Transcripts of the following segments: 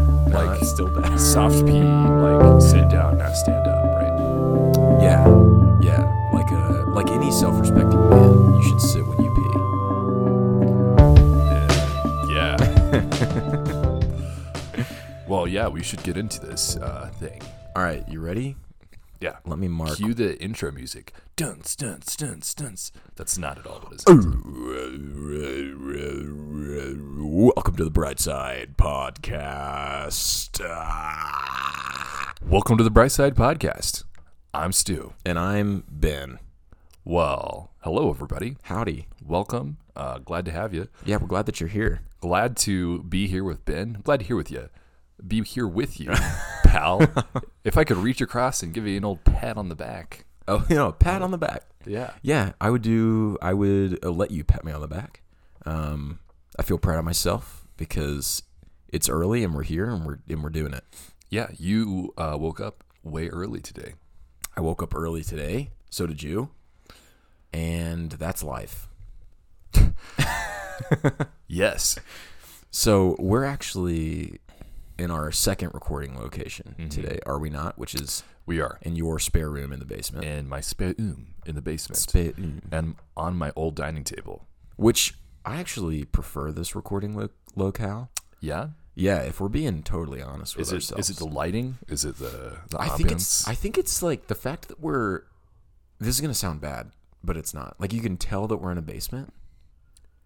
it's still bad. Soft P, like sit down, not stand up, right? Yeah, yeah. Like a like any self-respecting man, you should sit when you pee. Uh, yeah. well, yeah, we should get into this uh, thing. All right, you ready? Yeah. Let me mark. Cue the intro music. Dunce, dunce, dunce, dunce. That's not at all what it is. Welcome to the Bright Side Podcast. Ah. Welcome to the Bright Side Podcast. I'm Stu. And I'm Ben. Well, hello, everybody. Howdy. Welcome. Uh, glad to have you. Yeah, we're glad that you're here. Glad to be here with Ben. Glad to hear with you. Be here with you, pal. if I could reach across and give you an old pat on the back. Oh, you know, pat on the back. Yeah. Yeah, I would do. I would uh, let you pat me on the back. Um, I feel proud of myself because it's early and we're here and we're and we're doing it. Yeah. You uh, woke up way early today. I woke up early today. So did you. And that's life. Yes. So we're actually in our second recording location today, are we not? Which is We are in your spare room in the basement. in my spare room in the basement Spa- mm. and on my old dining table. Which I actually prefer this recording lo- locale. Yeah. Yeah, if we're being totally honest with Is it, ourselves. is it the lighting? Is it the, the I think ambiance? it's I think it's like the fact that we're this is gonna sound bad, but it's not. Like you can tell that we're in a basement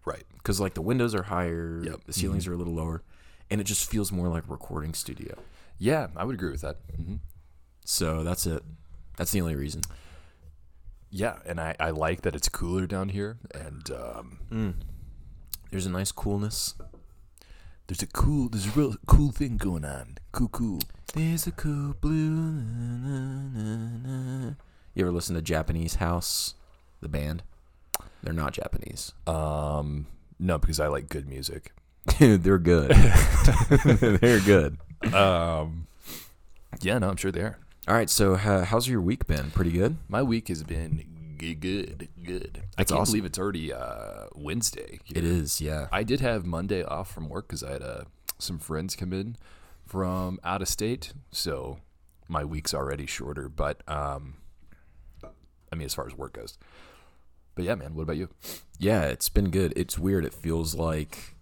right. because like the windows are higher, Yep. the ceilings are a little lower, and it just feels more like a recording studio. Yeah, I would agree with that. hmm So that's it. That's the only reason. Yeah, and I, I like that it's cooler down here, and um, There's a nice coolness. there's a cool, there's a real cool thing going on. Cool, cool. There's a cool blue. You ever listen to Japanese House, the band? They're not Japanese. Um, no, because I like good music. Dude, they're good. they're good. Um, yeah, no, I'm sure they are. All right, so uh, how's your week been? Pretty good. My week has been g- good, good. I That's can't awesome. believe it's already uh, Wednesday. It is, yeah. I did have Monday off from work because I had uh, some friends come in from out of state, so my week's already shorter. But um, I mean, as far as work goes, but yeah, man. What about you? Yeah, it's been good. It's weird. It feels like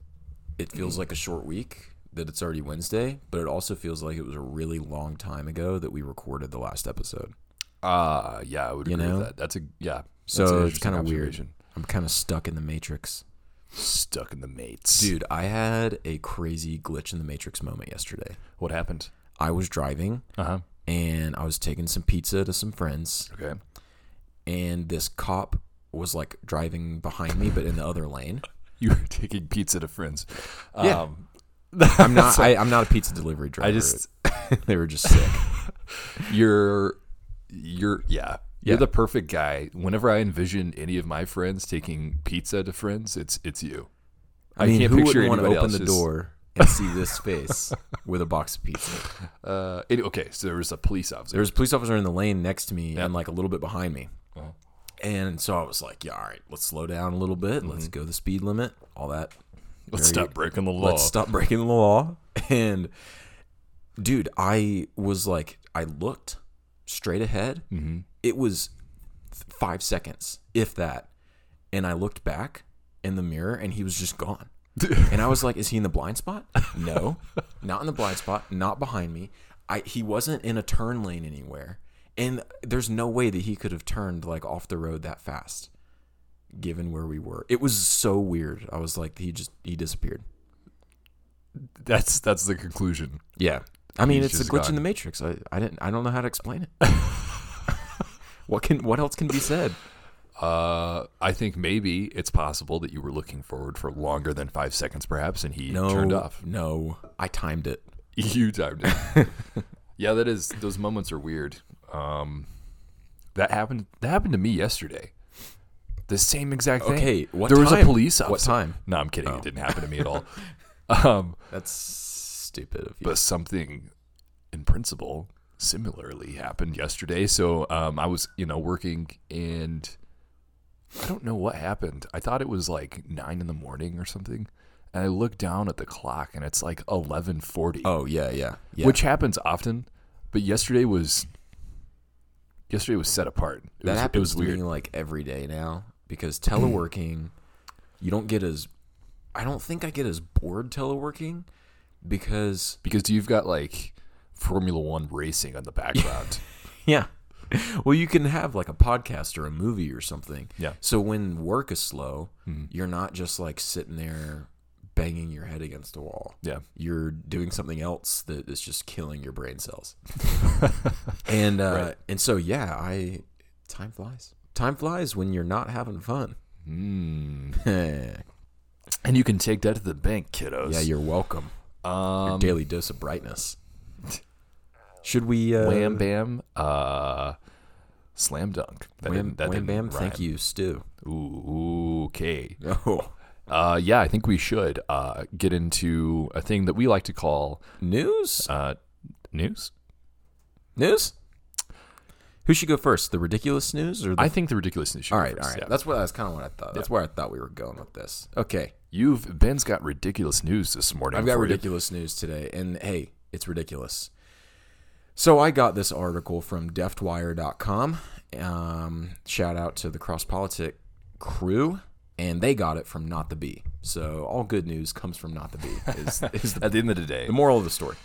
it feels like a short week that it's already Wednesday, but it also feels like it was a really long time ago that we recorded the last episode. Uh yeah, I would You agree know? with that. That's a yeah. that's an So it's interesting kind of weird. observation. I'm kind of stuck in the matrix. Stuck in the mates, Dude, I had a crazy glitch in the matrix moment yesterday. What happened? I was driving Uh huh. and I was taking some pizza to some friends Okay. and this cop was like driving behind me but in the other lane. You were taking pizza to friends. Yeah. Um, I'm not I, I'm not a pizza delivery driver. I just they were just sick. you're you're yeah. Yeah. You're the perfect guy. Whenever I envision any of my friends taking pizza to friends, it's it's you. I mean, can't who picture wouldn't want to anybody open else the just- door and see this face with a box of pizza? Uh, it, okay, so there was a police officer. There was a police officer in the lane next to me and like a little bit behind me. Uh-huh. And so I was like, yeah, all right, let's slow down a little bit. Let's Mm-hmm. go the speed limit, all that. let's very- stop breaking the law. Let's stop breaking the law. And dude, I was like, I looked straight ahead. Mm-hmm. It was th- five seconds, if that. And I looked back in the mirror and he was just gone. and I was like, is he in the blind spot? No, not in the blind spot, not behind me. I, he wasn't in a turn lane anywhere. And there's no way that he could have turned like off the road that fast given where we were. It was so weird. I was like he just he disappeared. That's that's the conclusion. Yeah. I mean, He's it's a just glitch gone. in the matrix. I, I didn't I don't know how to explain it. what can what else can be said? Uh, I think maybe it's possible that you were looking forward for longer than five seconds, perhaps, and he No. turned off. No. I timed it. You timed it. yeah, that is. Those moments are weird. Um, that happened. That happened to me yesterday. The same exact thing. Okay, what there was a time? police officer. What time? No, I'm kidding. Oh. It didn't happen to me at all. um, That's stupid of you. but something, in principle, similarly happened yesterday. So um, I was, you know, working and. I don't know what happened. I thought it was like nine in the morning or something, and I look down at the clock and it's like 11:40, Oh yeah, yeah, yeah. which happens often, but yesterday was yesterday was set apart. It that was, happens it was to weird. me like every day now because teleworking, you don't get as. I don't think I get as bored teleworking because because you've got like Formula 1 racing on the background. Yeah. Well, you can have like a podcast or a movie or something. Yeah. Mm-hmm. So when work is slow, you're not just like sitting there banging your head against a wall. yeah. You're doing something else that is just killing your brain cells. and uh, and so yeah, I time flies. Time flies when you're not having fun. Hmm. Mm. And you can take that to the bank, kiddos. yeah, you're welcome. um, Your daily dose of brightness. Should we uh, Wham Bam, uh, Slam Dunk. That wham, didn't- that wham bam? didn't Thank you, Stu. rhyme. Ooh, okay. Oh, Uh, yeah, I think we should uh, get into a thing that we like to call news. uh, news. News? Who should go first? The ridiculous news or the I think the ridiculous news. should All go right, first, all right. yeah. That's what that's kind of what I thought. That's where I thought we were going with this. Okay. You've Ben's got ridiculous news this morning. I've got for you. ridiculous news today and hey, it's ridiculous. So I got this article from deftwire.com. Um, shout out to the Cross Politic crew and they got it from Not the Bee. So all good news comes from Not the Bee. Is, is the At the end of the day, The moral of the story.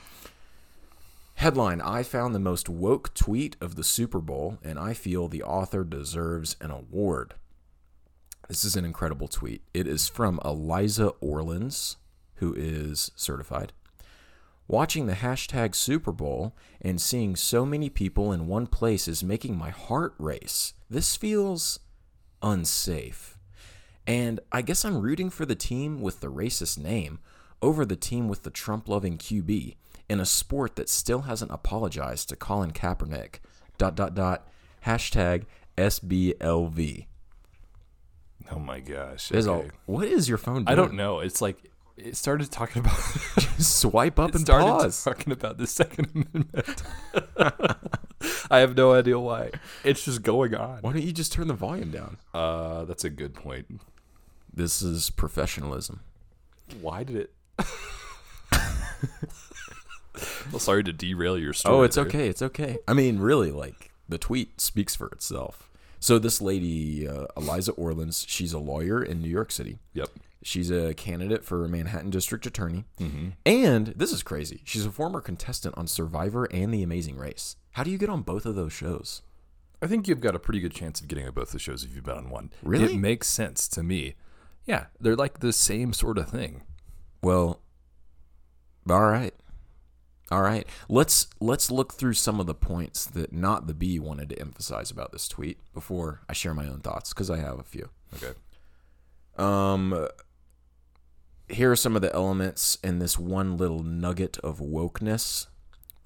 Headline I found the most woke tweet of the Super Bowl, and I feel the author deserves an award. This is an incredible tweet. It is from Eliza Orleans, who is certified. Watching the hashtag Super Bowl and seeing so many people in one place is making my heart race. This feels unsafe. And I guess I'm rooting for the team with the racist name over the team with the Trump loving QB in a sport that still hasn't apologized to Colin Kaepernick. Dot dot dot hashtag SBLV. oh my gosh, There's okay. a, what is your phone doing? I don't know. It's like it started talking about. Swipe up and started pause. talking about the Second Amendment. I have no idea why. It's just going on. Why don't you just turn the volume down? Uh, that's a good point. This is professionalism. Why did it? well, sorry to derail your story. Oh, it's there. okay. It's okay. I mean, really, like the tweet speaks for itself. So this lady, uh, Eliza Orleans, she's a lawyer in New York City. Yep. She's a candidate for Manhattan District Attorney. Mm-hmm. And this is crazy. She's a former contestant on Survivor and The Amazing Race. How do you get on both of those shows? I think you've got a pretty good chance of getting on both the shows if you've been on one. Really? It makes sense to me. Yeah, they're like the same sort of thing. Well, all right. All right. Let's let's look through some of the points that not the bee wanted to emphasize about this tweet before I share my own thoughts cuz I have a few. Okay. Um, here are some of the elements in this one little nugget of wokeness.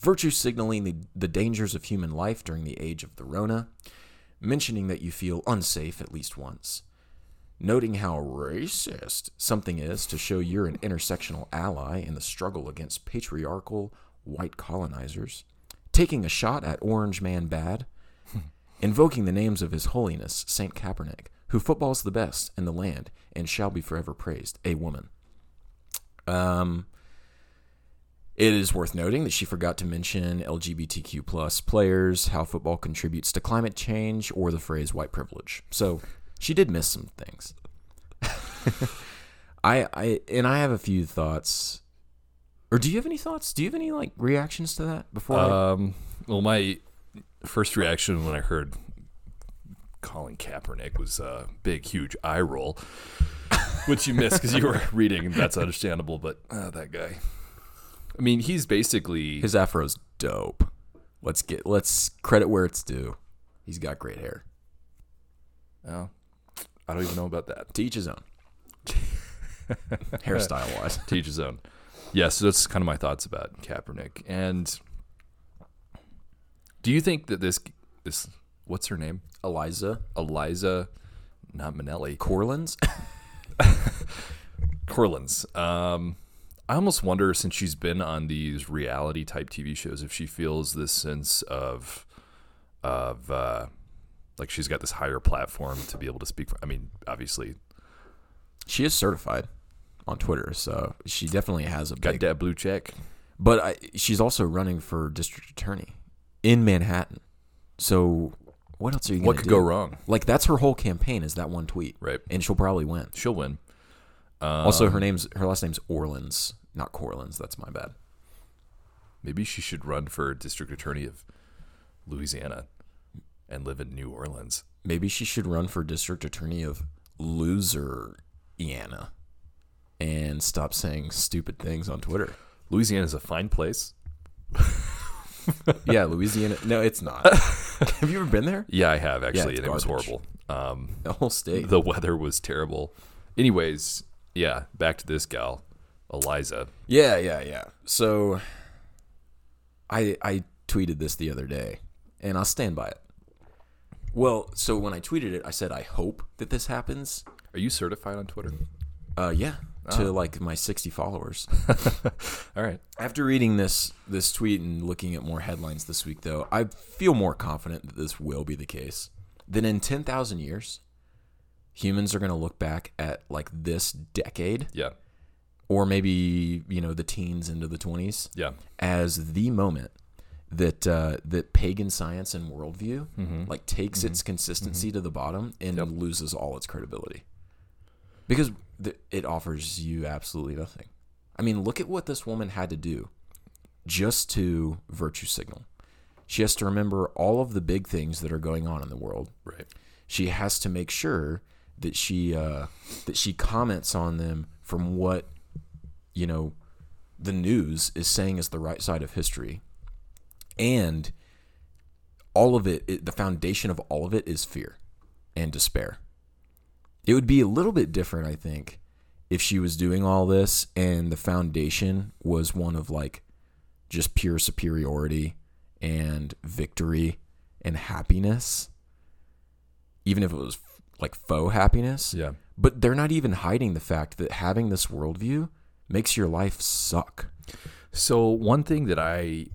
Virtue signaling the, the dangers of human life during the age of the Rona, mentioning that you feel unsafe at least once, noting how racist something is to show you're an intersectional ally in the struggle against patriarchal white colonizers, taking a shot at Orange Man Bad, invoking the names of His Holiness Saint Kaepernick, who footballs the best in the land and shall be forever praised, a woman. Um, it is worth noting that she forgot to mention LGBTQ plus players, how football contributes to climate change, or the phrase white privilege. So she did miss some things. I, I and I have a few thoughts. Or do you have any thoughts? Do you have any like reactions to that before? I- Um, well, my first reaction when I heard Colin Kaepernick was a big, huge eye roll, which you missed because you were reading, and that's understandable. But uh, that guy, I mean, he's basically His afro's dope. Let's get let's credit where it's due. He's got great hair. oh, I don't even know about that. To each his own. Hairstyle wise. To each his own. Yeah, so that's kind of my thoughts about Kaepernick. And do you think that this this what's her name Eliza Eliza, not Manelli, Corlins. Corlins. Um, I almost wonder since she's been on these reality type TV shows if she feels this sense of of uh, like she's got this higher platform to be able to speak. For, I mean, obviously, she is certified. on Twitter, so she definitely has a Got big. that blue check. But I, she's also running for district attorney in Manhattan. So what else are you? What gonna could do? go wrong? Like that's her whole campaign is that one tweet, Right. and she'll probably win. She'll win. also, Um, her name's her last name's Orleans, not Corlins. That's my bad. Maybe she should run for district attorney of Louisiana and live in New Orleans. Maybe she should run for district attorney of Loser Iana, and stop saying stupid things on Twitter. Louisiana is a fine place. yeah, Louisiana. No, it's not. Have you ever been there? Yeah, I have actually, it's and it was garbage. horrible. Um, The whole state. the weather was terrible. Anyways, yeah, back to this gal, Eliza. yeah, yeah, yeah. So, I I tweeted this the other day, and I'll stand by it. Well, so when I tweeted it, I said I hope that this happens. Are you certified on Twitter? Uh, yeah, to like my sixty followers. All right. After reading this this tweet and looking at more headlines this week, though, I feel more confident that this will be the case. That in ten thousand years, humans are going to look back at like this decade Yeah. or maybe you know the teens into the 20s Yeah. as the moment that uh, that pagan science and worldview like takes its consistency to the bottom and loses all its credibility because th- it offers you absolutely nothing. I mean, look at what this woman had to do just to virtue signal. She has to remember all of the big things that are going on in the world Right. she has to make sure that she uh, that she comments on them from what you know the news is saying is the right side of history and all of it, it the foundation of all of it is fear and despair it would be a little bit different i think if she was doing all this and the foundation was one of like just pure superiority and victory and happiness even if it was like faux happiness Yeah. but they're not even hiding the fact that having this worldview makes your life suck So one thing that I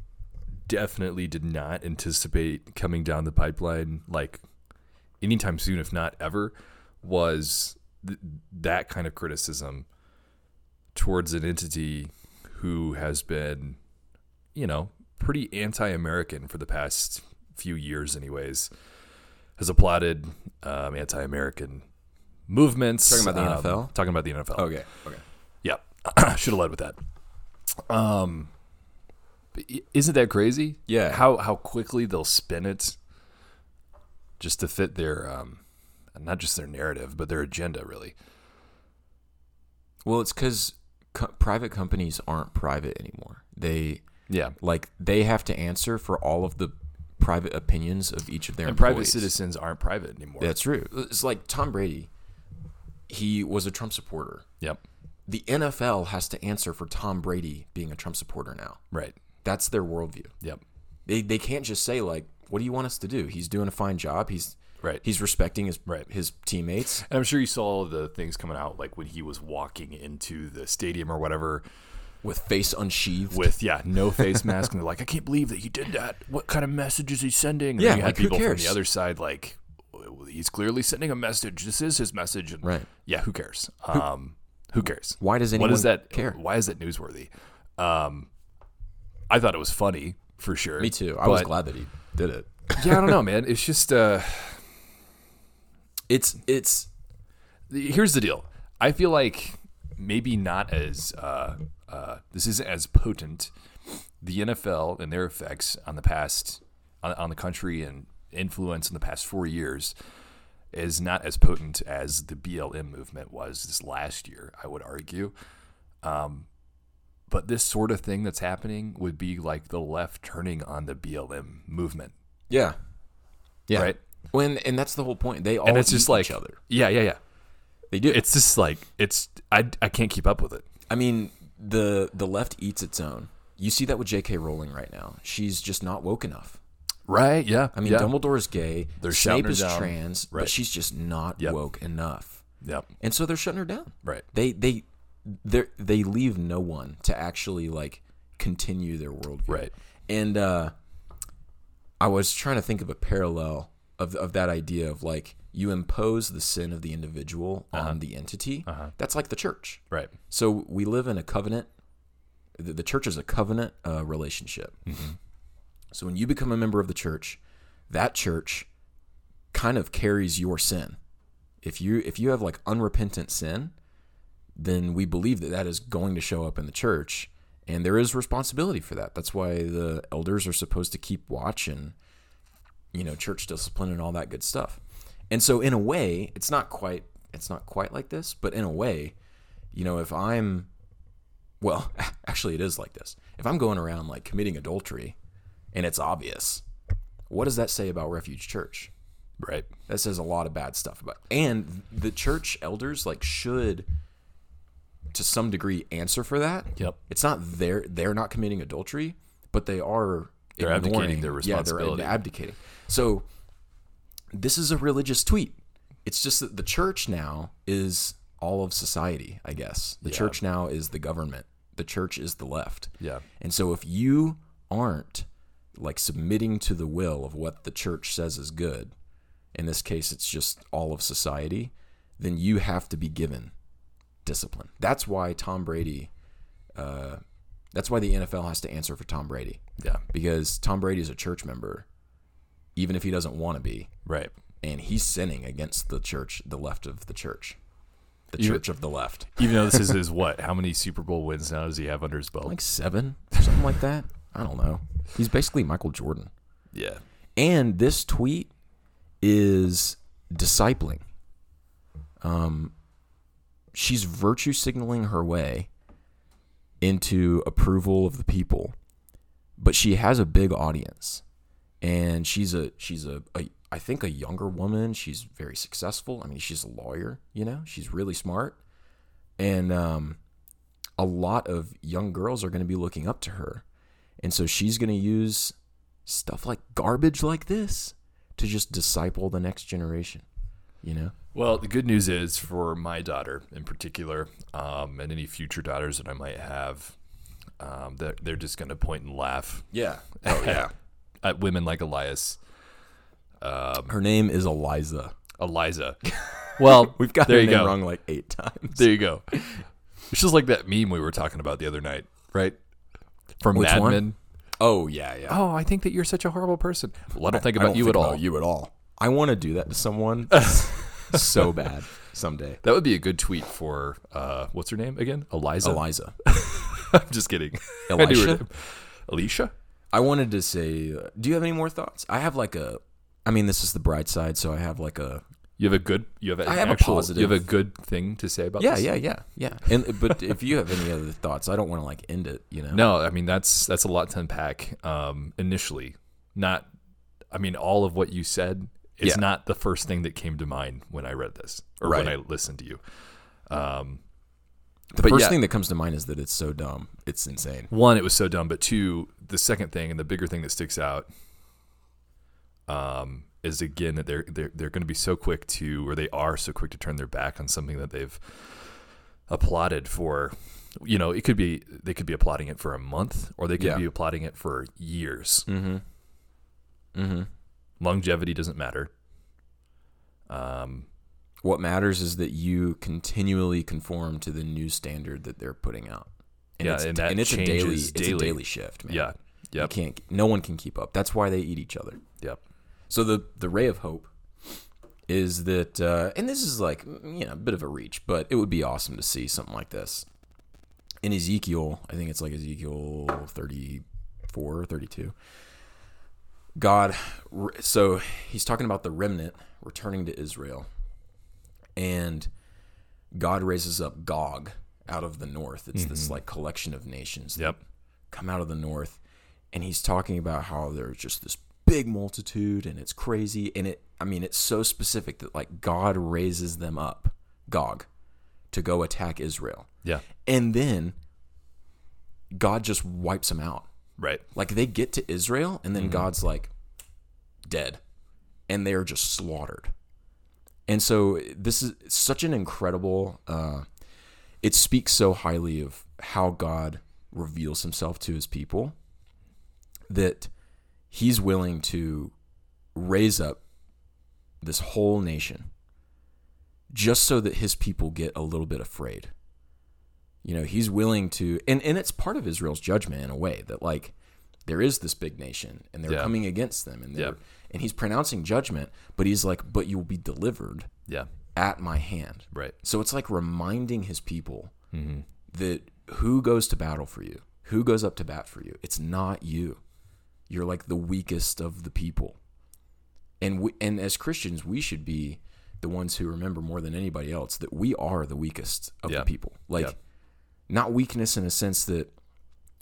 definitely did not anticipate coming down the pipeline, like anytime soon, if not ever, was th- that kind of criticism towards an entity who has been, you know, pretty anti-American for the past few years, anyways, has applauded um, anti-American movements. Talking about the um, NFL? Talking about the NFL. okay okay Yeah, should have led with that. Um, but i- isn't that crazy? Yeah. How how quickly they'll spin it, just to fit their um, not just their narrative, but their agenda. Really. well it's because co- private companies aren't private anymore they Yeah. like they have to answer for all of the private opinions of each of their And private employees. citizens aren't private anymore. that's true it's like tom brady he was a trump supporter Yep. the nfl has to answer for tom brady being a trump supporter now Right. that's their worldview Yep. they they can't just say like, "What do you want us to do?" He's doing a fine job. He's Right. He's respecting his Right. his teammates. And I'm sure you saw the things coming out, like when he was walking into the stadium or whatever, With face unsheathed, with yeah, no face mask, and they're like, I can't believe that he did that. What kind of message is he sending? And Yeah, then you had like, who people from cares? the other side like, "Well, he's clearly sending a message. This is his message. And Right. Yeah, who cares? um, who cares? Why does what is anyone that care? Why is that newsworthy? Um, I thought it was funny for sure. me too. I was but- glad that he did it. yeah, I don't know, man. It's just uh, It's it's here's the deal. I feel like maybe not as uh, uh, this isn't as potent the NFL and their effects on the past on, on the country and influence in the past four years is not as potent as the BLM movement was this last year. I would argue. Um, but this sort of thing that's happening would be like the left turning on the BLM movement, yeah, yeah. right? When and that's the whole point. They all And it's eat just like, each other. yeah, yeah, yeah. They do. It's just like it's I I can't keep up with it. I mean, the the left eats its own. You see that with J.K. Rowling right now. She's just not woke enough. Right? Yeah. I mean, yeah. Dumbledore's gay. They're shouting Snape her is down. trans, but Right. she's just not Yep. woke enough, Yep. and so they're shutting her down. Right. they they they they leave no one to actually like continue their worldview. Right. And uh, I was trying to think of a parallel of of that idea of like you impose the sin of the individual on the entity. That's like the church. Right. So we live in a covenant. The, the church is a covenant uh, relationship. So when you become a member of the church, that church kind of carries your sin. If you if you have like unrepentant sin, then we believe that that is going to show up in the church, and there is responsibility for that. That's why the elders are supposed to keep watch and you know church discipline and all that good stuff. And so in a way, it's not quite it's not quite like this, but in a way, you know, if I'm well, actually it is like this. If I'm going around like committing adultery and it's obvious, what does that say about Refuge Church? Right. That says a lot of bad stuff about. And the church elders like should to some degree answer for that. Yep. It's not their they're not committing adultery, but they are They're abdicating ignoring- their Yeah, responsibility. they're abdicating. So this is a religious tweet. It's just that the church now is all of society, I guess. The church now is the government. The church is the left. Yeah. And so if you aren't like submitting to the will of what the church says is good, in this case it's just all of society, then you have to be given discipline. That's why Tom Brady uh, that's why the NFL has to answer for Tom Brady Yeah. because Tom Brady is a church member even if he doesn't want to be Right. and he's sinning against the church, the left of the church. The You- church of the left. Even though this is his what? How many Super Bowl wins now does he have under his belt? Like 7 or something like that. I don't know. He's basically Michael Jordan. yeah. And this tweet is discipling. Um, she's virtue signaling her way into approval of the people, but she has a big audience, and she's a she's a, a I think a younger woman. She's very successful. I mean, she's a lawyer. You know, she's really smart, and um, a lot of young girls are going to be looking up to her, and so she's going to use stuff like garbage like this to just disciple the next generation. You know? Well, the good news is for my daughter in particular, um, and any future daughters that I might have, um, they're, they're just going to point and laugh Yeah. Oh yeah. at women like Elias, um, Her name is Eliza. Eliza. Well, We've got there her you name go. wrong like eight times. There you go. It's just like that meme we were talking about the other night, right? From Which Mad one? Men. Oh yeah, yeah. Oh, I think that you're such a horrible person. Well, I don't think I about don't you think at all. You at all. I want to do that to someone so bad someday. That would be a good tweet for uh, what's her name again? Eliza. Eliza. I'm just kidding. I knew her Elisha? name. Alicia. I wanted to say, uh, do you have any more thoughts? I have like a, I mean, this is the bright side, so I have like a, You have a good. You have. An I have a actual- positive- You have a good thing to say about. yeah, this? yeah, yeah, yeah. And but if you have any other thoughts, I don't want to like end it, you know. No, I mean that's that's a lot to unpack. Um, initially, not. I mean, all of what you said is Yeah. not the first thing that came to mind when I read this or when I Right. listened to you. Um, the but first yeah. thing that comes to mind is that it's so dumb, it's insane. One, it was so dumb, but two, the second thing and the bigger thing that sticks out, um, is again that they're they're they're going to be so quick to, or they are so quick to turn their back on something that they've applauded for. You know, it could be they could be applauding it for a month, or they could Yeah. be applauding it for years. Mm-hmm. Mm-hmm. Longevity doesn't matter. Um, What matters is that you continually conform to the new standard that they're putting out. And Yeah, it's, and that it's a daily, changes it's a daily. daily shift, man. yeah, you yep, can't. No one can keep up. That's why they eat each other. yep, So the the ray of hope is that, uh, and this is like mm, you know a bit of a reach, but it would be awesome to see something like this in Ezekiel. I think it's like Ezekiel 34 or 32. God, re- so he's talking about the remnant returning to Israel, and God raises up Gog out of the north. It's this like collection of nations yep, come out of the north and he's talking about how there's just this big multitude and it's crazy and it i mean it's so specific that like god raises them up gog to go attack israel yeah, and then god just wipes them out right, like they get to Israel and then God's like dead and they're just slaughtered. And so this is such an incredible uh it speaks so highly of how God reveals himself to his people that he's willing to raise up this whole nation just so that his people get a little bit afraid. You know, he's willing to and, and it's part of Israel's judgment in a way that like there is this big nation and they're Yeah. coming against them and they're Yeah. and he's pronouncing judgment, but he's like, But you'll be delivered Yeah. at my hand. Right. So it's like reminding his people that who goes to battle for you, who goes up to bat for you. It's not you. You're like the weakest of the people, and we, and as Christians, we should be the ones who remember more than anybody else that we are the weakest of Yeah. the people. Like, Yeah. not weakness in a sense that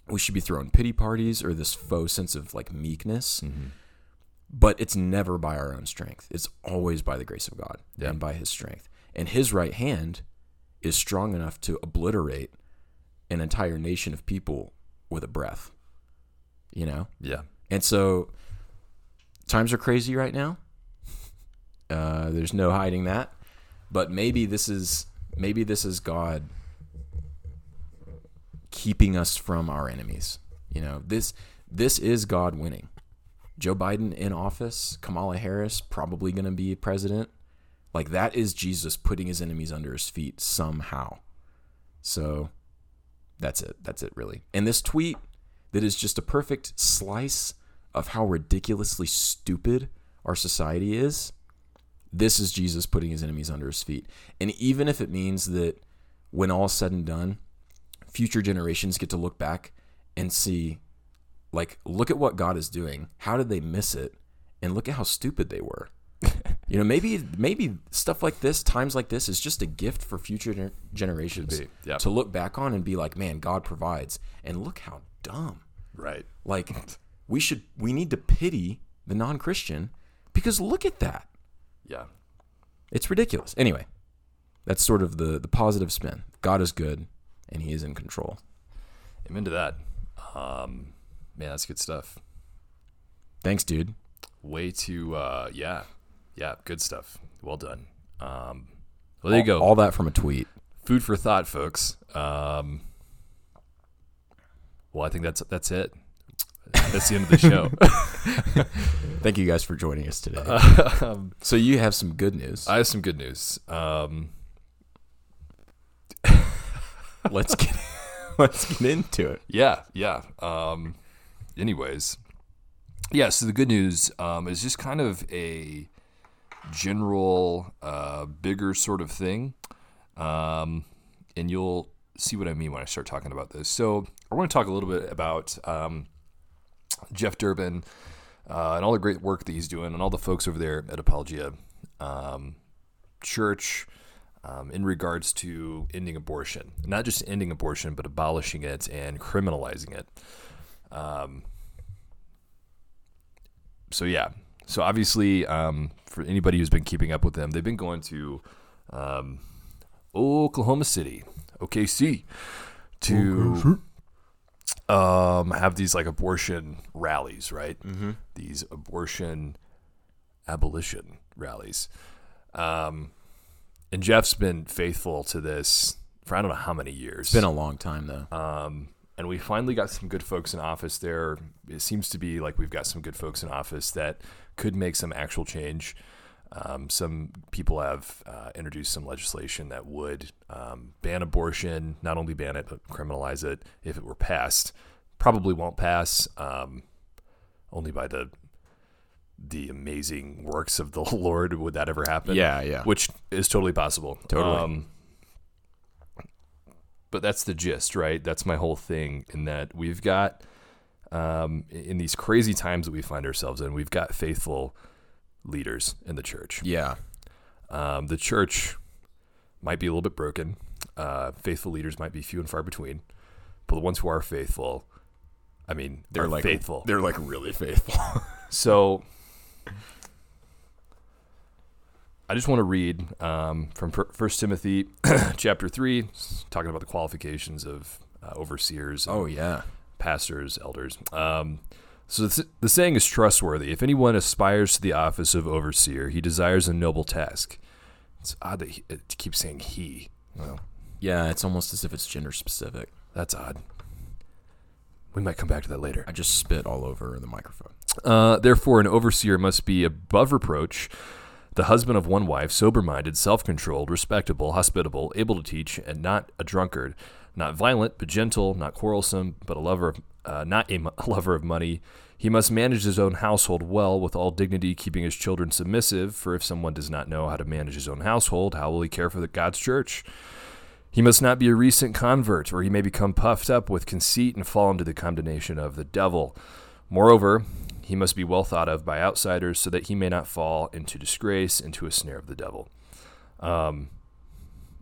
we should be throwing pity parties or this faux sense of like meekness. Mm-hmm. But it's never by our own strength. It's always by the grace of God Yeah. and by his strength. And his right hand is strong enough to obliterate an entire nation of people with a breath. You know? Yeah. And so times are crazy right now. Uh, there's no hiding that. But maybe this is maybe this is God keeping us from our enemies. You know, this this is God winning. Joe Biden in office, Kamala Harris probably going to be president. Like that is Jesus putting his enemies under his feet somehow. So that's it. That's it really. And this tweet that is just a perfect slice of how ridiculously stupid our society is. This is Jesus putting his enemies under his feet. And even if it means that when all's said and done, future generations get to look back and see, like, look at what God is doing. How did they miss it? And look at how stupid they were. you know, maybe maybe stuff like this, times like this, is just a gift for future gener- generations be, yeah. to look back on and be like, man, God provides. And look how dumb. Right. Like we should we need to pity the non-Christian because look at that. Yeah. It's ridiculous. Anyway, that's sort of the the positive spin. God is good and he is in control. I'm into that. Um, man, that's good stuff. Thanks, dude. Way to, uh, yeah, yeah, good stuff. Well done. Um, well, there you go. All that from a tweet. Food for thought, folks. Um, well, I think that's that's it. That's the end of the show. Thank you guys for joining us today. so you have some good news. I have some good news. Um, let's get let's get into it. Yeah, yeah. Um, anyways, yeah. So the good news um, is just kind of a general, uh, bigger sort of thing, um, and you'll see what I mean when I start talking about this. So I want to talk a little bit about um, Jeff Durbin uh, and all the great work that he's doing, and all the folks over there at Apologia um, Church um, in regards to ending abortion, not just ending abortion, but abolishing it and criminalizing it. Um, so yeah, so obviously, um, for anybody who's been keeping up with them, they've been going to um, Oklahoma City, OKC, to um, have these like abortion rallies, right? Mm-hmm. These abortion abolition rallies. Um, and Jeff's been faithful to this for I don't know how many years. It's been a long time though. um, and we finally got some good folks in office there. It seems to be like we've got some good folks in office that could make some actual change. Um, some people have uh, introduced some legislation that would um, ban abortion, not only ban it, but criminalize it if it were passed. Probably won't pass, um, only by the the amazing works of the Lord would that ever happen yeah. which is totally possible. Totally. Um, but that's the gist, right? That's my whole thing. In that we've got, um, in these crazy times that we find ourselves in, we've got faithful leaders in the church. Yeah. Um, the church might be a little bit broken. Uh, faithful leaders might be few and far between, but the ones who are faithful, I mean, they're like faithful. They're like really faithful. So I just want to read um, from First Timothy chapter 3, s- talking about the qualifications of uh, overseers, oh yeah. pastors, elders. Um, so the, the saying is trustworthy. If anyone aspires to the office of overseer, he desires a noble task. It's odd that he, it keeps saying he. Well, Yeah, it's almost as if it's gender specific. that's odd. We might come back to that later. I just spit all over the microphone. Uh, therefore, an overseer must be above reproach, The husband of one wife, sober minded, self controlled, respectable, hospitable, able to teach, and not a drunkard, not violent, but gentle, not quarrelsome, but a lover of, uh, not a mo- lover of money. He must manage his own household well with all dignity, keeping his children submissive. For if someone does not know how to manage his own household, how will he care for the God's church? He must not be a recent convert, or he may become puffed up with conceit and fall into the condemnation of the devil. Moreover, he must be well thought of by outsiders so that he may not fall into disgrace, into a snare of the devil. Um,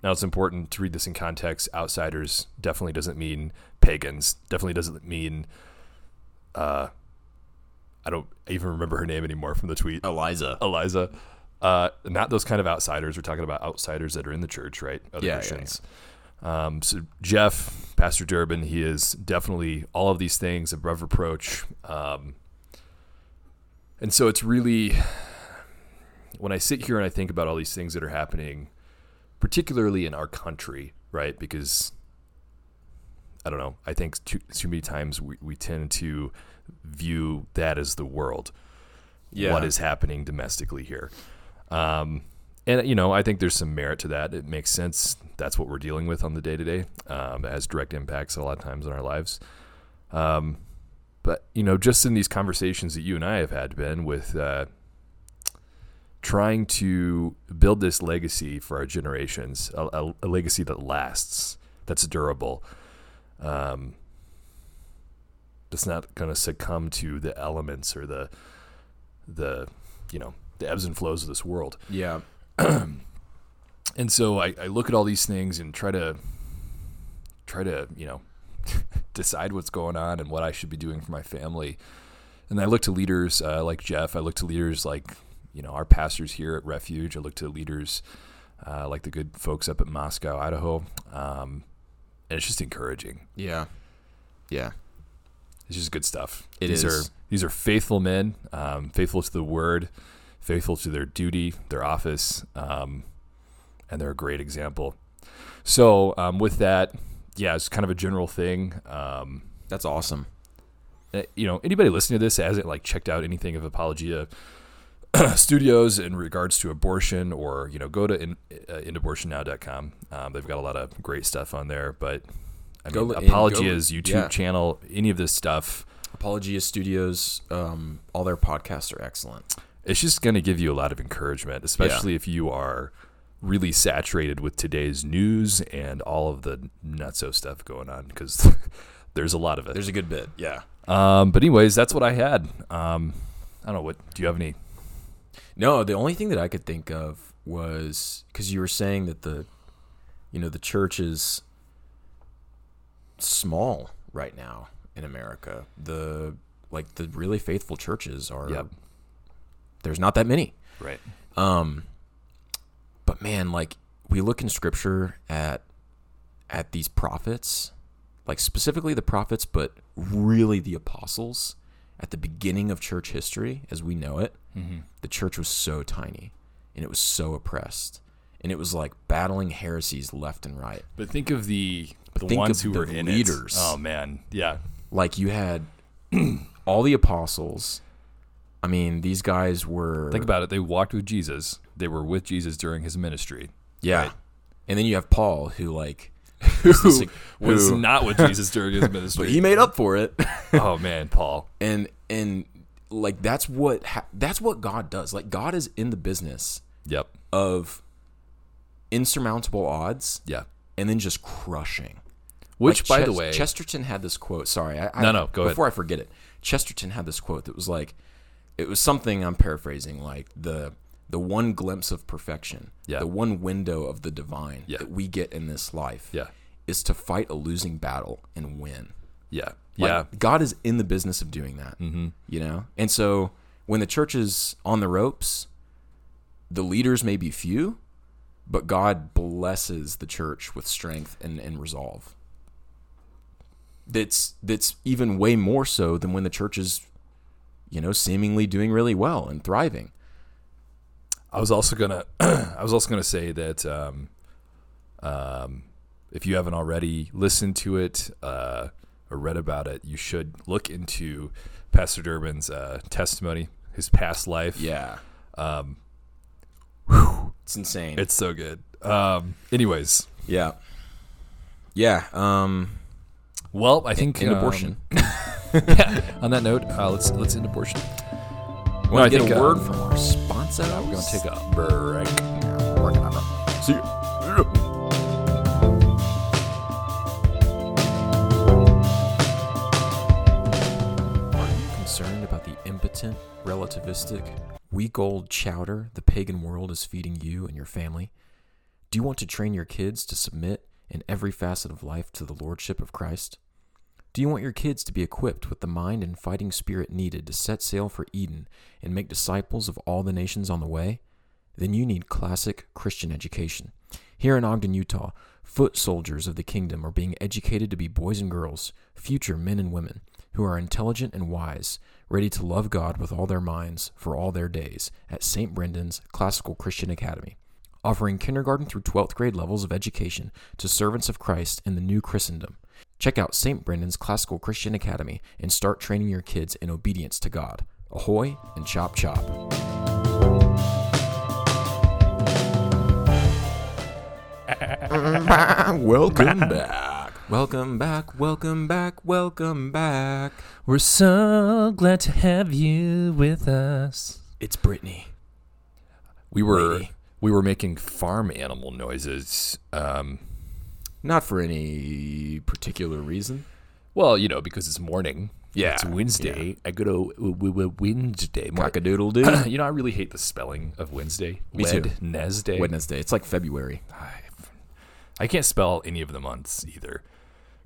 now, it's important to read this in context. Outsiders definitely doesn't mean pagans, definitely doesn't mean. Uh, I don't even remember her name anymore from the tweet. Eliza. Eliza. Uh, not those kind of outsiders. We're talking about outsiders that are in the church, right? Other Yeah, yeah, Christians. Um, so Jeff, Pastor Durbin, he is definitely all of these things above reproach. Um, and so it's really when I sit here and I think about all these things that are happening, particularly in our country, right? Because I don't know. I think too, too many times we, we tend to view that as the world Yeah. what is happening domestically here. Um, and you know, I think there's some merit to that. It makes sense. That's what we're dealing with on the day to day. Um, It has direct impacts a lot of times on our lives. Um, but you know, just in these conversations that you and I have had, Ben, with uh, trying to build this legacy for our generations, a, a, a legacy that lasts, that's durable. Um, that's not going to succumb to the elements or the the you know the ebbs and flows of this world Yeah. and so I, I look at all these things and try to try to you know decide what's going on and what I should be doing for my family. And I look to leaders uh, like Jeff. I look to leaders like you know our pastors here at Refuge. I look to leaders uh, like the good folks up at Moscow, Idaho. Um, and it's just encouraging. Yeah. Yeah. It's just good stuff. It these is. are these are faithful men, um, faithful to the word, faithful to their duty, their office, um, and they're a great example. So um, with that, yeah, it's kind of a general thing. Um, That's awesome. uh, you know, anybody listening to this that hasn't like checked out anything of Apologia Studios in regards to abortion, or you know, go to in, uh, endabortionnow.com. Um, they've got a lot of great stuff on there, but. I Go mean, li- and go- Apologia's YouTube yeah. channel, any of this stuff, Apologia Studios, um, all their podcasts are excellent. it's just going to give you a lot of encouragement, especially if you are really saturated with today's news and all of the nutso stuff going on because there's a lot of it. There's a good bit. Yeah. Um, but anyways, that's what I had. Um, I don't know what. Do you have any? No, the only thing that I could think of was because you were saying that the, you know, the church is small right now in America. The like the really faithful churches are. Yep. There's not that many. Right. Um, but man, like we look in scripture at at these prophets, like specifically the prophets, but really the apostles at the beginning of church history as we know it. Mm-hmm. The church was so tiny and it was so oppressed and it was like battling heresies left and right. But think of the the think ones of who the were in it. leaders. Oh man, yeah, Like you had all the apostles. I mean, these guys were Think about it. They walked with Jesus. They were with Jesus during his ministry. yeah. right. And then you have Paul who like Who was who- not with Jesus during his ministry? he made up for it. oh man, Paul. and and like that's what ha- that's what God does. Like God is in the business Yep. of insurmountable odds Yeah. and then just crushing. Which, Like, by the Ches- way, Chesterton had this quote. Sorry, I, I, No, no, go ahead. Before I forget it, Chesterton had this quote that was like, it was something I'm paraphrasing, like the the one glimpse of perfection, Yeah. the one window of the divine Yeah. that we get in this life, yeah, is to fight a losing battle and win. yeah, Like, yeah. God is in the business of doing that. Mm-hmm. You know? And so when the church is on the ropes, the leaders may be few, but God blesses the church with strength and, and resolve. That's that's even way more so than when the church is, you know, seemingly doing really well and thriving. I was also gonna I was also gonna say that um, um, if you haven't already listened to it uh, or read about it, you should look into Pastor Durbin's uh, testimony, his past life. Yeah. It's insane. It's so good. Um, anyways, yeah. Yeah. Um, well, I think in um, abortion. on that note, uh, let's let's end abortion. Want I to get think, a word um, from our sponsor? We're gonna take a break. See ya. Are you concerned about the impotent, relativistic, weak old chowder the pagan world is feeding you and your family? Do you want to train your kids to submit in every facet of life to the Lordship of Christ? Do you want your kids to be equipped with the mind and fighting spirit needed to set sail for Eden and make disciples of all the nations on the way? Then you need classic Christian education. Here in Ogden, Utah, foot soldiers of the kingdom are being educated to be boys and girls, future men and women, who are intelligent and wise, ready to love God with all their minds for all their days at St. Brendan's Classical Christian Academy, offering kindergarten through 12th grade levels of education to servants of Christ in the new Christendom. Check out St. Brendan's Classical Christian Academy and start training your kids in obedience to God. Ahoy and chop chop. welcome back. Welcome back. Welcome back. Welcome back. We're so glad to have you with us. It's Brittany. We were Lady. we were making farm animal noises. Um, Not for any particular reason. well, you know, because it's morning. Yeah, it's Wednesday. I go to w- w- Wednesday. morning. Cockadoodle doo. you know, I really hate the spelling of Wednesday. Me too. Wednesday. Wednesday. It's like February. I can't spell any of the months either.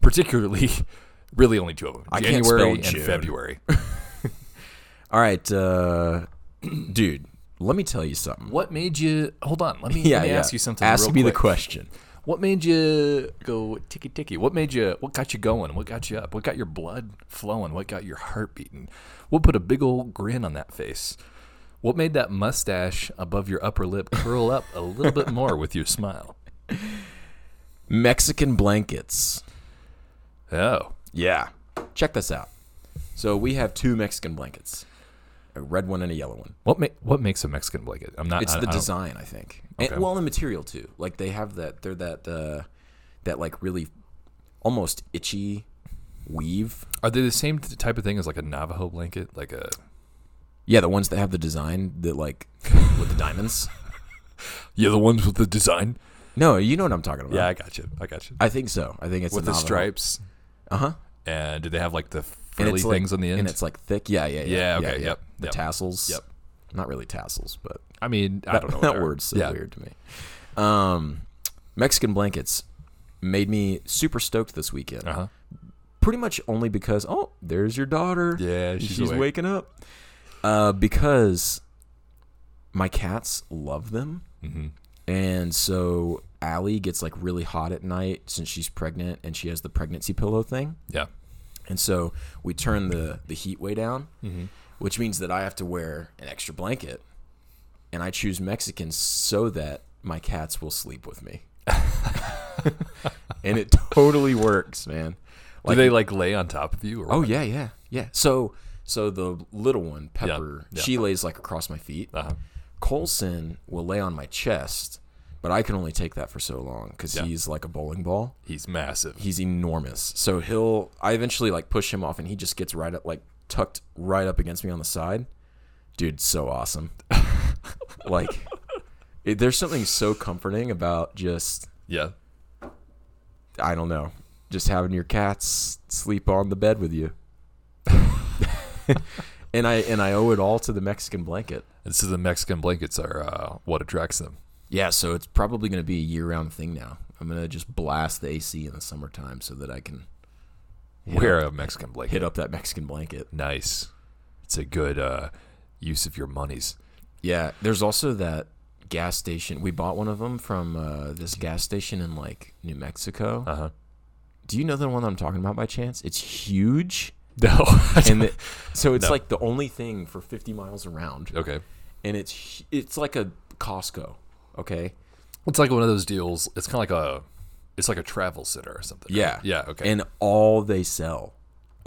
Particularly, really only two of them: I can't January spell and June. February. All right, uh, dude. Let me tell you something. what made you? Hold on. Let me, Yeah, let me yeah. ask you something. Ask real me quick. the question. What made you go ticky ticky? What made you? What got you going? What got you up? What got your blood flowing? What got your heart beating? What put a big old grin on that face? What made that mustache above your upper lip curl up a little bit more with your smile? Mexican blankets. Oh, Yeah. Check this out. So we have two Mexican blankets, a red one and a yellow one. what ma- what makes a Mexican blanket? I'm not. It's I- the I don't- design, I think. And- Okay. well, and material too. Like they have that. They're that. Uh, that like really, almost itchy weave. Are they the same t- type of thing as like a Navajo blanket? Like a Yeah, the ones that have the design that like with the diamonds. yeah, the ones with the design. No, you know what I'm talking about. Yeah, I got you. I got you. I think so. I think it's with the stripes, Uh huh. and do they have like the frilly it's like- things on the end? And it's like thick. Yeah, yeah, yeah. Yeah, okay, yep, The yep. tassels. Yep. Not really tassels, but I mean, I don't know what that they are. word's so Yeah. weird to me. Um, Mexican blankets made me super stoked this weekend. Uh huh. Pretty much only because oh, there's your daughter. Yeah, she's she's, awake. waking up. Uh, because my cats love them, Mm-hmm. and so Allie gets like really hot at night since she's pregnant and she has the pregnancy pillow thing. Yeah. And so we turn the, the heat way down, Mm-hmm. which means that I have to wear an extra blanket. And I choose Mexican so that my cats will sleep with me. and it totally works, man. Do they like lay on top of you? Or Oh what? yeah, yeah, yeah. So so the little one, Pepper, yeah. she lays like across my feet. Uh-huh. Colson will lay on my chest, but I can only take that for so long because Yeah. he's like a bowling ball He's massive. he's enormous. So he'll I eventually like push him off and he just gets right up like tucked right up against me on the side. Dude, so awesome. like it, there's something so comforting about just Yeah. I don't know, just having your cats sleep on the bed with you. and I and I owe it all to the Mexican blanket. And so the Mexican blankets are uh, what attracts them. Yeah, so it's probably going to be a year-round thing now. I'm going to just blast the AC in the summertime so that I can Wear a Mexican blanket. hit up that Mexican blanket. Nice. It's a good uh, use of your monies. Yeah, there's also that gas station. We bought one of them from uh, this gas station in like New Mexico. Uh huh. Do you know the one that I'm talking about by chance? It's huge, No. and the, so it's No. like the only thing for 50 miles around, okay. and it's hu- it's like a Costco. Okay. It's like one of those deals. It's kind of like a, it's like a travel center or something. right? Yeah. Yeah. Okay. And all they sell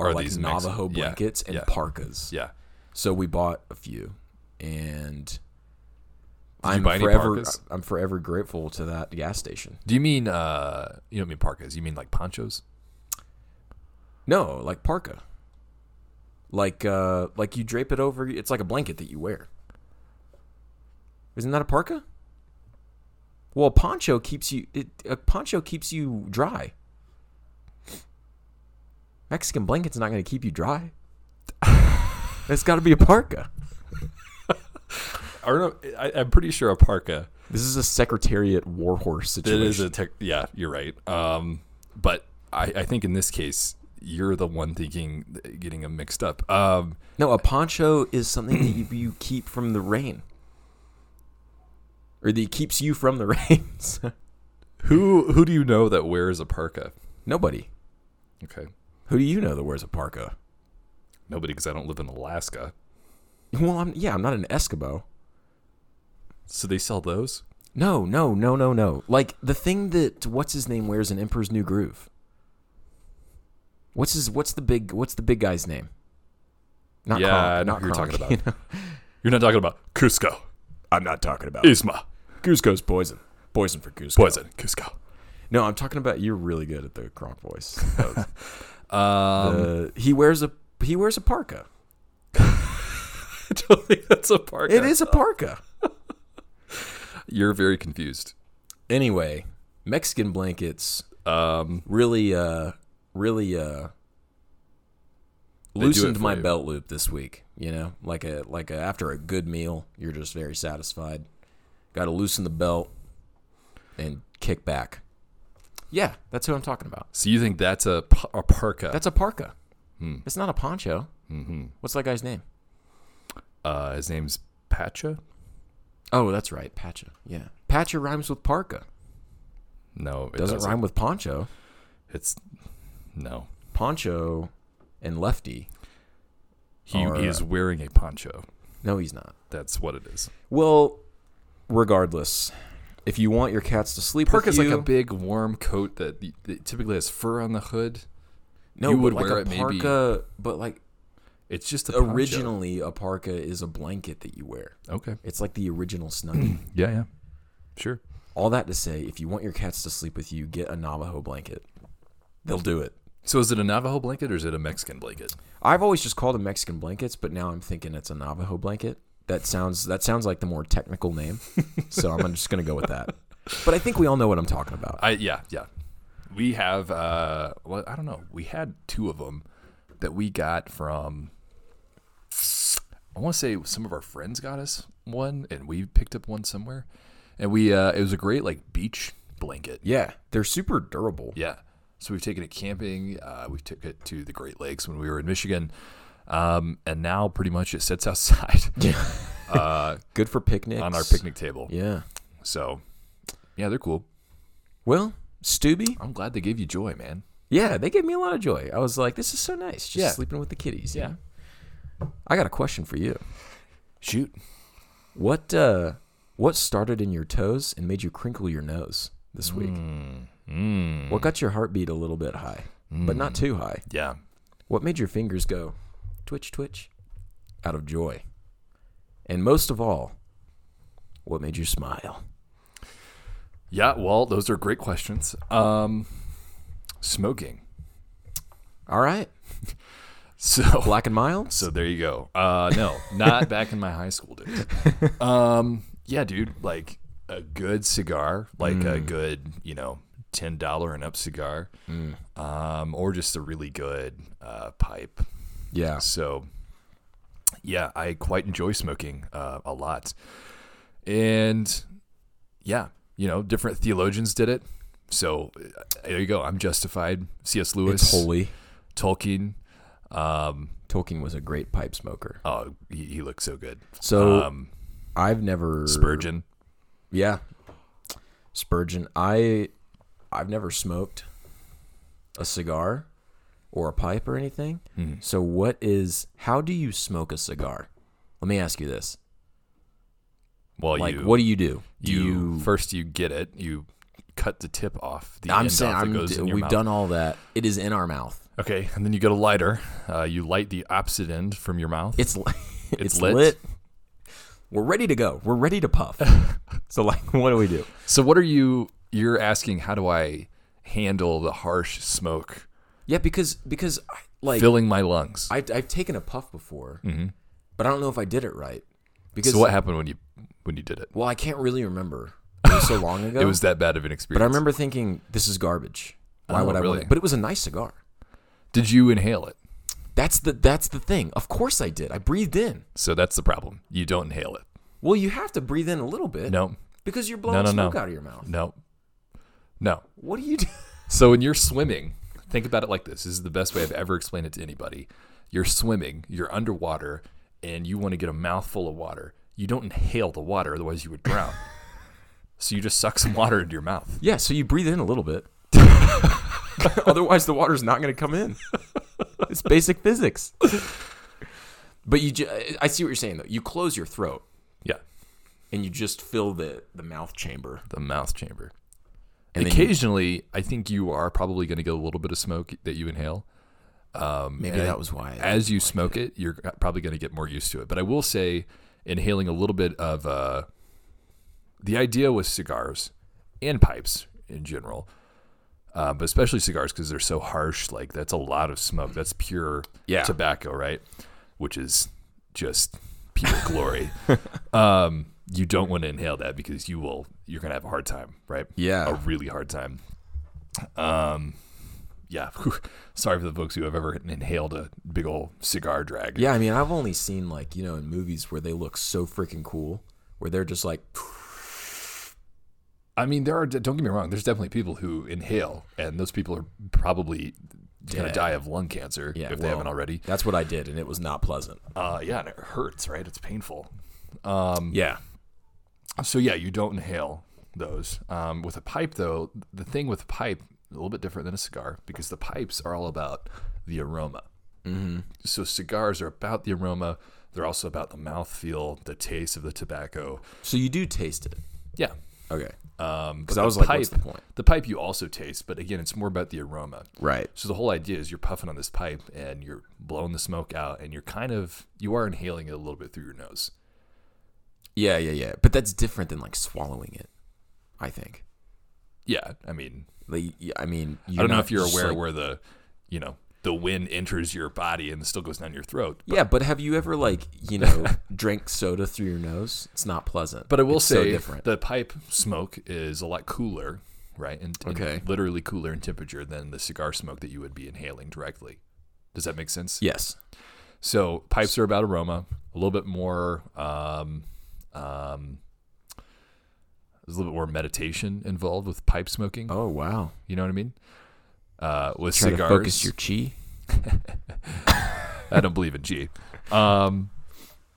are, Are like these Mexican- Navajo yeah, blankets and yeah. parkas. yeah. So we bought a few, and I'm buy any forever parkas? I'm forever grateful to that gas station. Do you mean uh you don't mean parkas, you mean like ponchos? No, like parka. Like uh like you drape it over it's like a blanket that you wear. Isn't that a parka? Well, a poncho keeps you it, a poncho keeps you dry. Mexican blanket's not going to keep you dry. it's got to be a parka. I don't know. I, I'm pretty sure a parka. This is a secretariat warhorse It situation. is a tech. Yeah, you're right. Um, but I, I think in this case, you're the one thinking, getting them mixed up. Um, No, a poncho is something that you, you keep from the rain, or that keeps you from the rain. So- who who do you know that wears a parka? Nobody. Okay, Who do you know that wears a parka? nobody, because I don't live in Alaska. Well, I'm yeah, I'm not an Eskimo. So they sell those. No, no, no, no, no. Like the thing that what's his name wears in Emperor's New Groove. What's his? What's the big? What's the big guy's name? Not Yeah, Kronk, I know not who you're talking Kronk, you about. know? You're not talking about Cusco, I'm not talking about Isma, Cusco's poison. Poison for Cusco. poison, Cusco. No, I'm talking about. You're really good at the Kronk voice. That was- Um, Uh, he wears a he wears a parka. I don't think that's a parka. It is a parka. You're very confused. Anyway, Mexican blankets Um, really uh really uh do it loosened for my you. belt loop this week, you know? Like a like a, after a good meal, you're just very satisfied. Got to loosen the belt and kick back. Yeah, that's who I'm talking about. so you think that's a pa- a parka? That's a parka. It's not a poncho. Mm-hmm. What's that guy's name? uh, his name's Pacha. Oh, that's right, Pacha. Yeah, Pacha rhymes with parka. No, it Doesn't rhyme with poncho. It's no. Poncho and Lefty. He Or, is wearing a poncho. No, he's not. That's what it is. Well, regardless, if you want your cats to sleep Park with is like you, a big warm coat that, that typically has fur on the hood. no, you but would like wear a it maybe- parka, but like It's just a poncho. originally a parka is a blanket that you wear. Okay. It's like the original snuggie. Yeah, yeah. Sure. All that to say, if you want your cats to sleep with you, get a Navajo blanket. They'll do it. So is it a Navajo blanket or is it a Mexican blanket? I've always just called them Mexican blankets, but now I'm thinking it's a Navajo blanket. That sounds that sounds like the more technical name, so I'm just gonna go with that. But I think we all know what I'm talking about. I yeah, yeah. We have uh well, I don't know. We had two of them that we got from I want to say some of our friends got us one and we picked up one somewhere. And we uh it was a great like beach blanket. Yeah, they're super durable. Yeah. So we've taken it camping. Uh, we took it to the Great Lakes when we were in Michigan. Um, and now pretty much it sits outside uh, Good for picnics. on our picnic table. Yeah. So, yeah, they're cool. Well, Stubby. I'm glad they gave you joy, man. Yeah, they gave me a lot of joy. I was like, this is so nice, just Yeah. sleeping with the kitties. you Yeah. know? I got a question for you. Shoot. What uh what started in your toes and made you crinkle your nose this week? Mm-hmm. What got your heartbeat a little bit high, but not Mm. too high? Yeah. What made your fingers go twitch twitch out of joy? And most of all, what made you smile? Yeah. Well, those are great questions. Um, smoking. All right. So, Black and mild? So there you go. Uh, no, not back in my high school days. Um, yeah, dude, like a good cigar, like a good, you know, ten dollar and up cigar, um, or just a really good uh, pipe. yeah. So, yeah, I quite enjoy smoking uh, a lot, and yeah, you know, different theologians did it. So uh, there you go. I'm justified. C.S. Lewis, It's holy. Tolkien. Um, Tolkien was a great pipe smoker. Oh, he, he looks so good. So um, I've never Spurgeon. Yeah. Spurgeon. I I've never smoked a cigar or a pipe or anything. Hmm. So what is how do you smoke a cigar? Let me ask you this. Well, Like you, what do you do? Do you, you, first you get it. You cut the tip off. The I'm end saying off that I'm, goes d- in your we've mouth. done all that. It is in our mouth. Okay, and then you get a lighter. Uh, you light the opposite end from your mouth. It's li- it's, lit. lit. we're ready to go. We're ready to puff. so like, what do we do? So what are you? You're asking how do I handle the harsh smoke Yeah, because because I- like filling my lungs? I, I've taken a puff before, but I don't know if I did it right because Mm-hmm. so what happened when you when you did it? well, I can't really remember. It was so long ago. It was that bad of an experience. but I remember thinking this is garbage. Why Oh, would I really? want it? But it was a nice cigar. Did you inhale it? That's the that's the thing. Of course I did. I breathed in. So that's the problem. You don't inhale it. Well, you have to breathe in a little bit. No, because you're blowing no, no. smoke out of your mouth. no, no. What do you do? So when you're swimming, think about it like this. This is the best way I've ever explained it to anybody. You're swimming, you're underwater, and you want to get a mouthful of water. You don't inhale the water, otherwise you would drown. so you just suck some water into your mouth. Yeah, so you breathe in a little bit. Otherwise, the water's not going to come in. It's basic physics. But you, ju- I see what you're saying though. You close your throat Yeah, and you just fill the the mouth chamber. the mouth chamber. And then you- Occasionally, I think you are probably going to get a little bit of smoke that you inhale. maybe that was why. I- as you smoke it, you're probably going to get more used to it. But I will say, inhaling a little bit of uh, the idea with cigars and pipes in general, uh, but especially cigars because they're so harsh. Like that's a lot of smoke. That's pure Yeah. tobacco, right? Which is just pure glory. um, you don't want to inhale that because you will. You're going to have a hard time, right? Yeah. a really hard time. Yeah, sorry for the folks who have ever inhaled a big old cigar drag. yeah, I mean, I've only seen like you know in movies where they look so freaking cool, where they're just like, I mean, there are. Don't get me wrong. There's definitely people who inhale, and those people are probably going to Dead. die of lung cancer yeah, if they well, haven't already. That's what I did, and it was not pleasant. Uh, yeah, and it hurts, right? It's painful. Yeah, So yeah, you don't inhale those. Um, with a pipe, though, the thing with a pipe a little bit different than a cigar because the pipes are all about the aroma. Mm-hmm. So cigars are about the aroma. They're also about the mouthfeel, the taste of the tobacco. so you do taste it. Yeah, Okay, Um, but I was the like, pipe, what's the point? The pipe you also taste, but again, it's more about the aroma. right. So the whole idea is you're puffing on this pipe and you're blowing the smoke out, and you're kind of you are inhaling it a little bit through your nose. Yeah, yeah, yeah. But that's different than like swallowing it. I think. Yeah, I mean, Like, y- I mean, I don't know if you're aware where the you know the wind enters your body and still goes down your throat. yeah, but have you ever like you know drank soda through your nose? It's not pleasant. But I will It's so say different. the pipe smoke is a lot cooler, right? And, and Okay. literally cooler in temperature than the cigar smoke that you would be inhaling directly. Does that make sense? yes. So pipes are about aroma, a little bit more, um, um, there's a little bit more meditation involved with pipe smoking. Oh wow. You know what I mean? Uh, with Try cigars, to focus your chi. I don't believe in G. Um,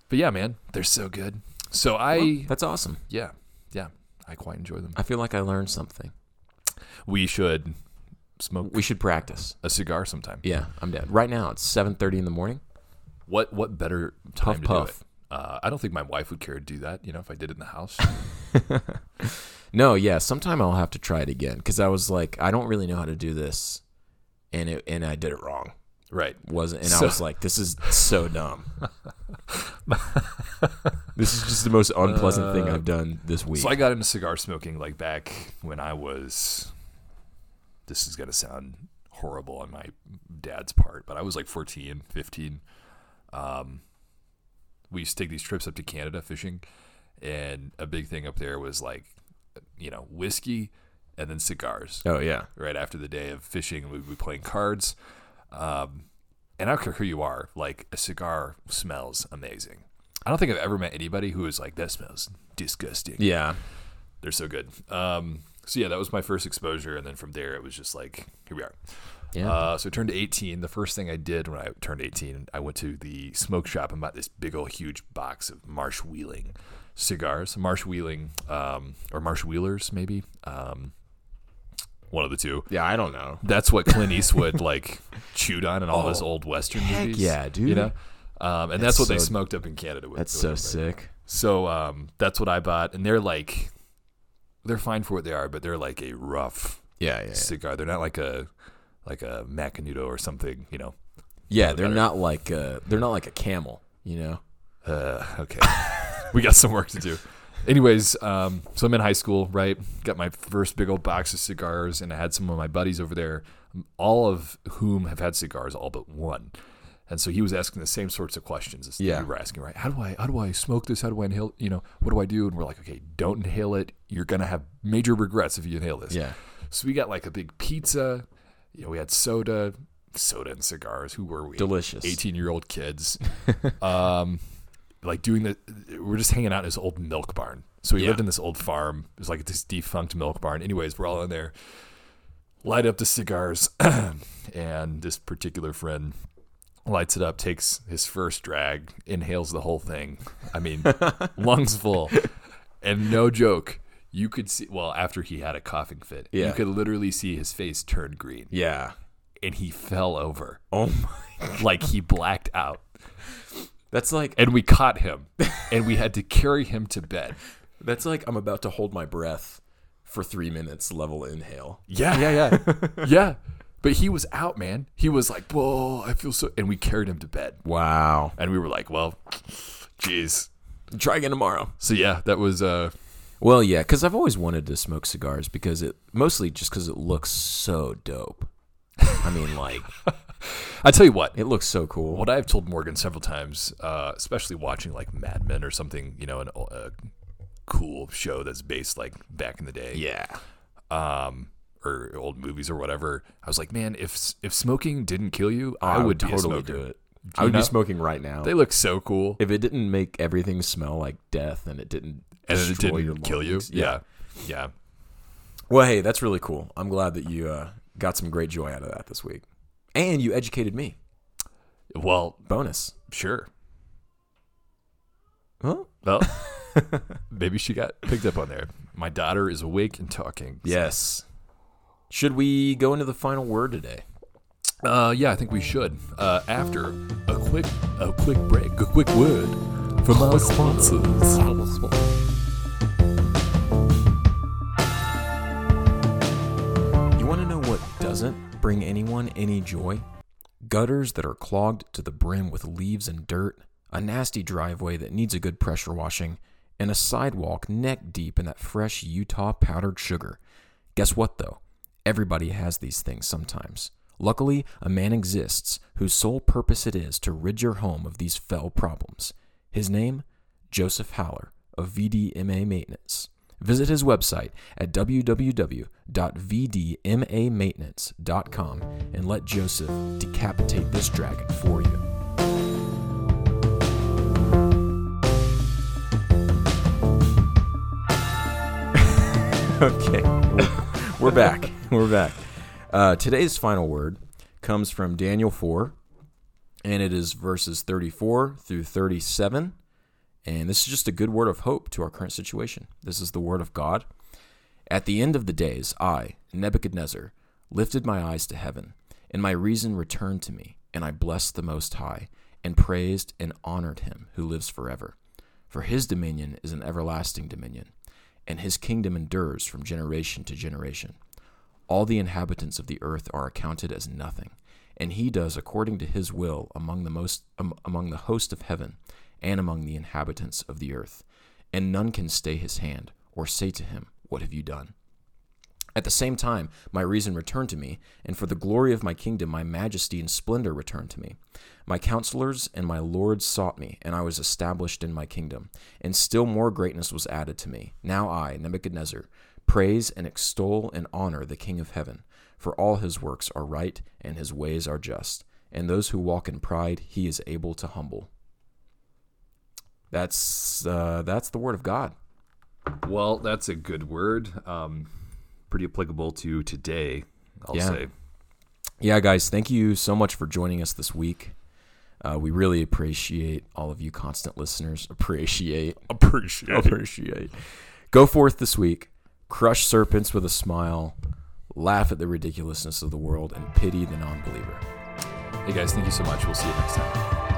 but yeah, man, they're so good. So I, That's awesome. yeah, yeah, I quite enjoy them. I feel like I learned something. We should smoke We should practice. a cigar sometime. Yeah, I'm dead. Right now it's 7:30 in the morning. What what better time Puff, to puff. do it? Uh, I don't think my wife would care to do that. You know, if I did it in the house. No, yeah, sometime I'll have to try it again cuz I was like I don't really know how to do this and it and I did it wrong. right. wasn't, and I So- was like, "This is so dumb. this is just the most unpleasant thing I've done this week." So I got into cigar smoking like back when I was. This is gonna sound horrible on my dad's part, but I was like 14, 15. Um, we used to take these trips up to Canada fishing, and a big thing up there was like, you know, whiskey and then cigars. oh yeah, Right after the day of fishing, we'd be playing cards. Um, and I don't care who you are, like a cigar smells amazing. I don't think I've ever met anybody who was like, that smells disgusting yeah, they're so good. Um, so yeah, that was my first exposure, and then from there it was just like here we are. yeah. Uh, so I turned 18. The first thing I did when I turned 18, I went to the smoke shop and bought this big old huge box of Marsh Wheeling cigars, Marsh Wheeling um, or Marsh Wheelers maybe, um, one of the two. yeah, I don't know. That's what Clint Eastwood like chewed on in all his old Western Oh, heck movies. yeah, dude. You know, um, and that's, what they so- smoked up in Canada with. That's with so everybody. sick. So um, that's what I bought, and they're like, they're fine for what they are, but they're like a rough Yeah, yeah, yeah. cigar. They're not like a like a Macanudo or something, you know. yeah they're not like uh, they're not like a camel, you know. Uh, okay, we got some work to do. Anyways, um, so I'm in high school, right? Got my first big old box of cigars, and I had some of my buddies over there, all of whom have had cigars, all but one. And so he was asking the same sorts of questions as Yeah. you were asking, right? How do I how do I smoke this? How do I inhale? You know, what do I do? And we're like, okay, don't inhale it. You're gonna have major regrets if you inhale this. Yeah. So we got like a big pizza. You know, we had soda, soda and cigars. Who were we? Delicious. 18 year old kids um like doing the we're just hanging out in this old milk barn so we Yeah. lived in this old farm it was like this defunct milk barn anyways we're all in there light up the cigars and this particular friend lights it up takes his first drag inhales the whole thing i mean lungs full and no joke you could see well after he had a coughing fit Yeah. you could literally see his face turn green Yeah. and he fell over Oh my. like he blacked out That's like and we caught him and we had to carry him to bed. that's like I'm about to hold my breath for three minutes level inhale. Yeah, yeah, yeah. yeah. But he was out, man. He was like, whoa, I feel so. And we carried him to bed. Wow. And we were like, well, jeez. Try again tomorrow. So, yeah, that was, uh, Well, yeah, because I've always wanted to smoke cigars because it mostly just because it looks so dope. I mean, like I tell you what, it looks so cool. what I've told Morgan several times, uh, especially watching like Mad Men or something, you know, an, a cool show that's based like back in the day. yeah. um, or old movies or whatever. I was like, man, if if smoking didn't kill you, I, I would would be a totally smoker." do it. I would know? be smoking right now. They look so cool, if it didn't make everything smell like death and it didn't and then it destroy didn't your kill you. lungs. Yeah, yeah. Well, hey, that's really cool. I'm glad that you uh, got some great joy out of that this week, and you educated me. Well, Bonus. sure. Huh? Well, maybe she got picked up on there. My daughter is awake and talking. Yes. Should we go into the final word today? Uh, yeah, I think we should. Uh, after a quick, a quick break, a quick word from our sponsors. You want to know what doesn't bring anyone any joy? Gutters that are clogged to the brim with leaves and dirt, a nasty driveway that needs a good pressure washing, and a sidewalk neck deep in that fresh Utah powdered sugar. Guess what, though? Everybody has these things sometimes. Luckily, a man exists whose sole purpose it is to rid your home of these fell problems. His name? Joseph Howler of VDMA Maintenance. Visit his website at www.vdmamaintenance.com and let Joseph decapitate this dragon for you. okay. We're, we're back. We're back. Uh, today's final word comes from Daniel 4, and it is verses 34 through 37. And this is just a good word of hope to our current situation. This is the word of God. At the end of the days, I, Nebuchadnezzar, lifted my eyes to heaven, and my reason returned to me, and I blessed the Most High, and praised and honored him who lives forever. For his dominion is an everlasting dominion, and his kingdom endures from generation to generation. All the inhabitants of the earth are accounted as nothing, and he does according to his will among the most am- among the host of heaven and among the inhabitants of the earth, and none can stay his hand or say to him, What have you done? At the same time, my reason returned to me, and for the glory of my kingdom, my majesty and splendor returned to me. My counselors and my lords sought me, and I was established in my kingdom. And still more greatness was added to me. Now I, Nebuchadnezzar, praise and extol and honor the King of heaven, for all his works are right, and his ways are just. And those who walk in pride, he is able to humble. That's uh, that's the word of God. Well, that's a good word. Um, pretty applicable to today, I'll Yeah. say. Yeah, guys, thank you so much for joining us this week. Uh, we really appreciate all of you constant listeners. Appreciate, Appreciate. appreciate. Go forth this week, crush serpents with a smile, laugh at the ridiculousness of the world, and pity the non believer. Hey guys, thank you so much. We'll see you next time.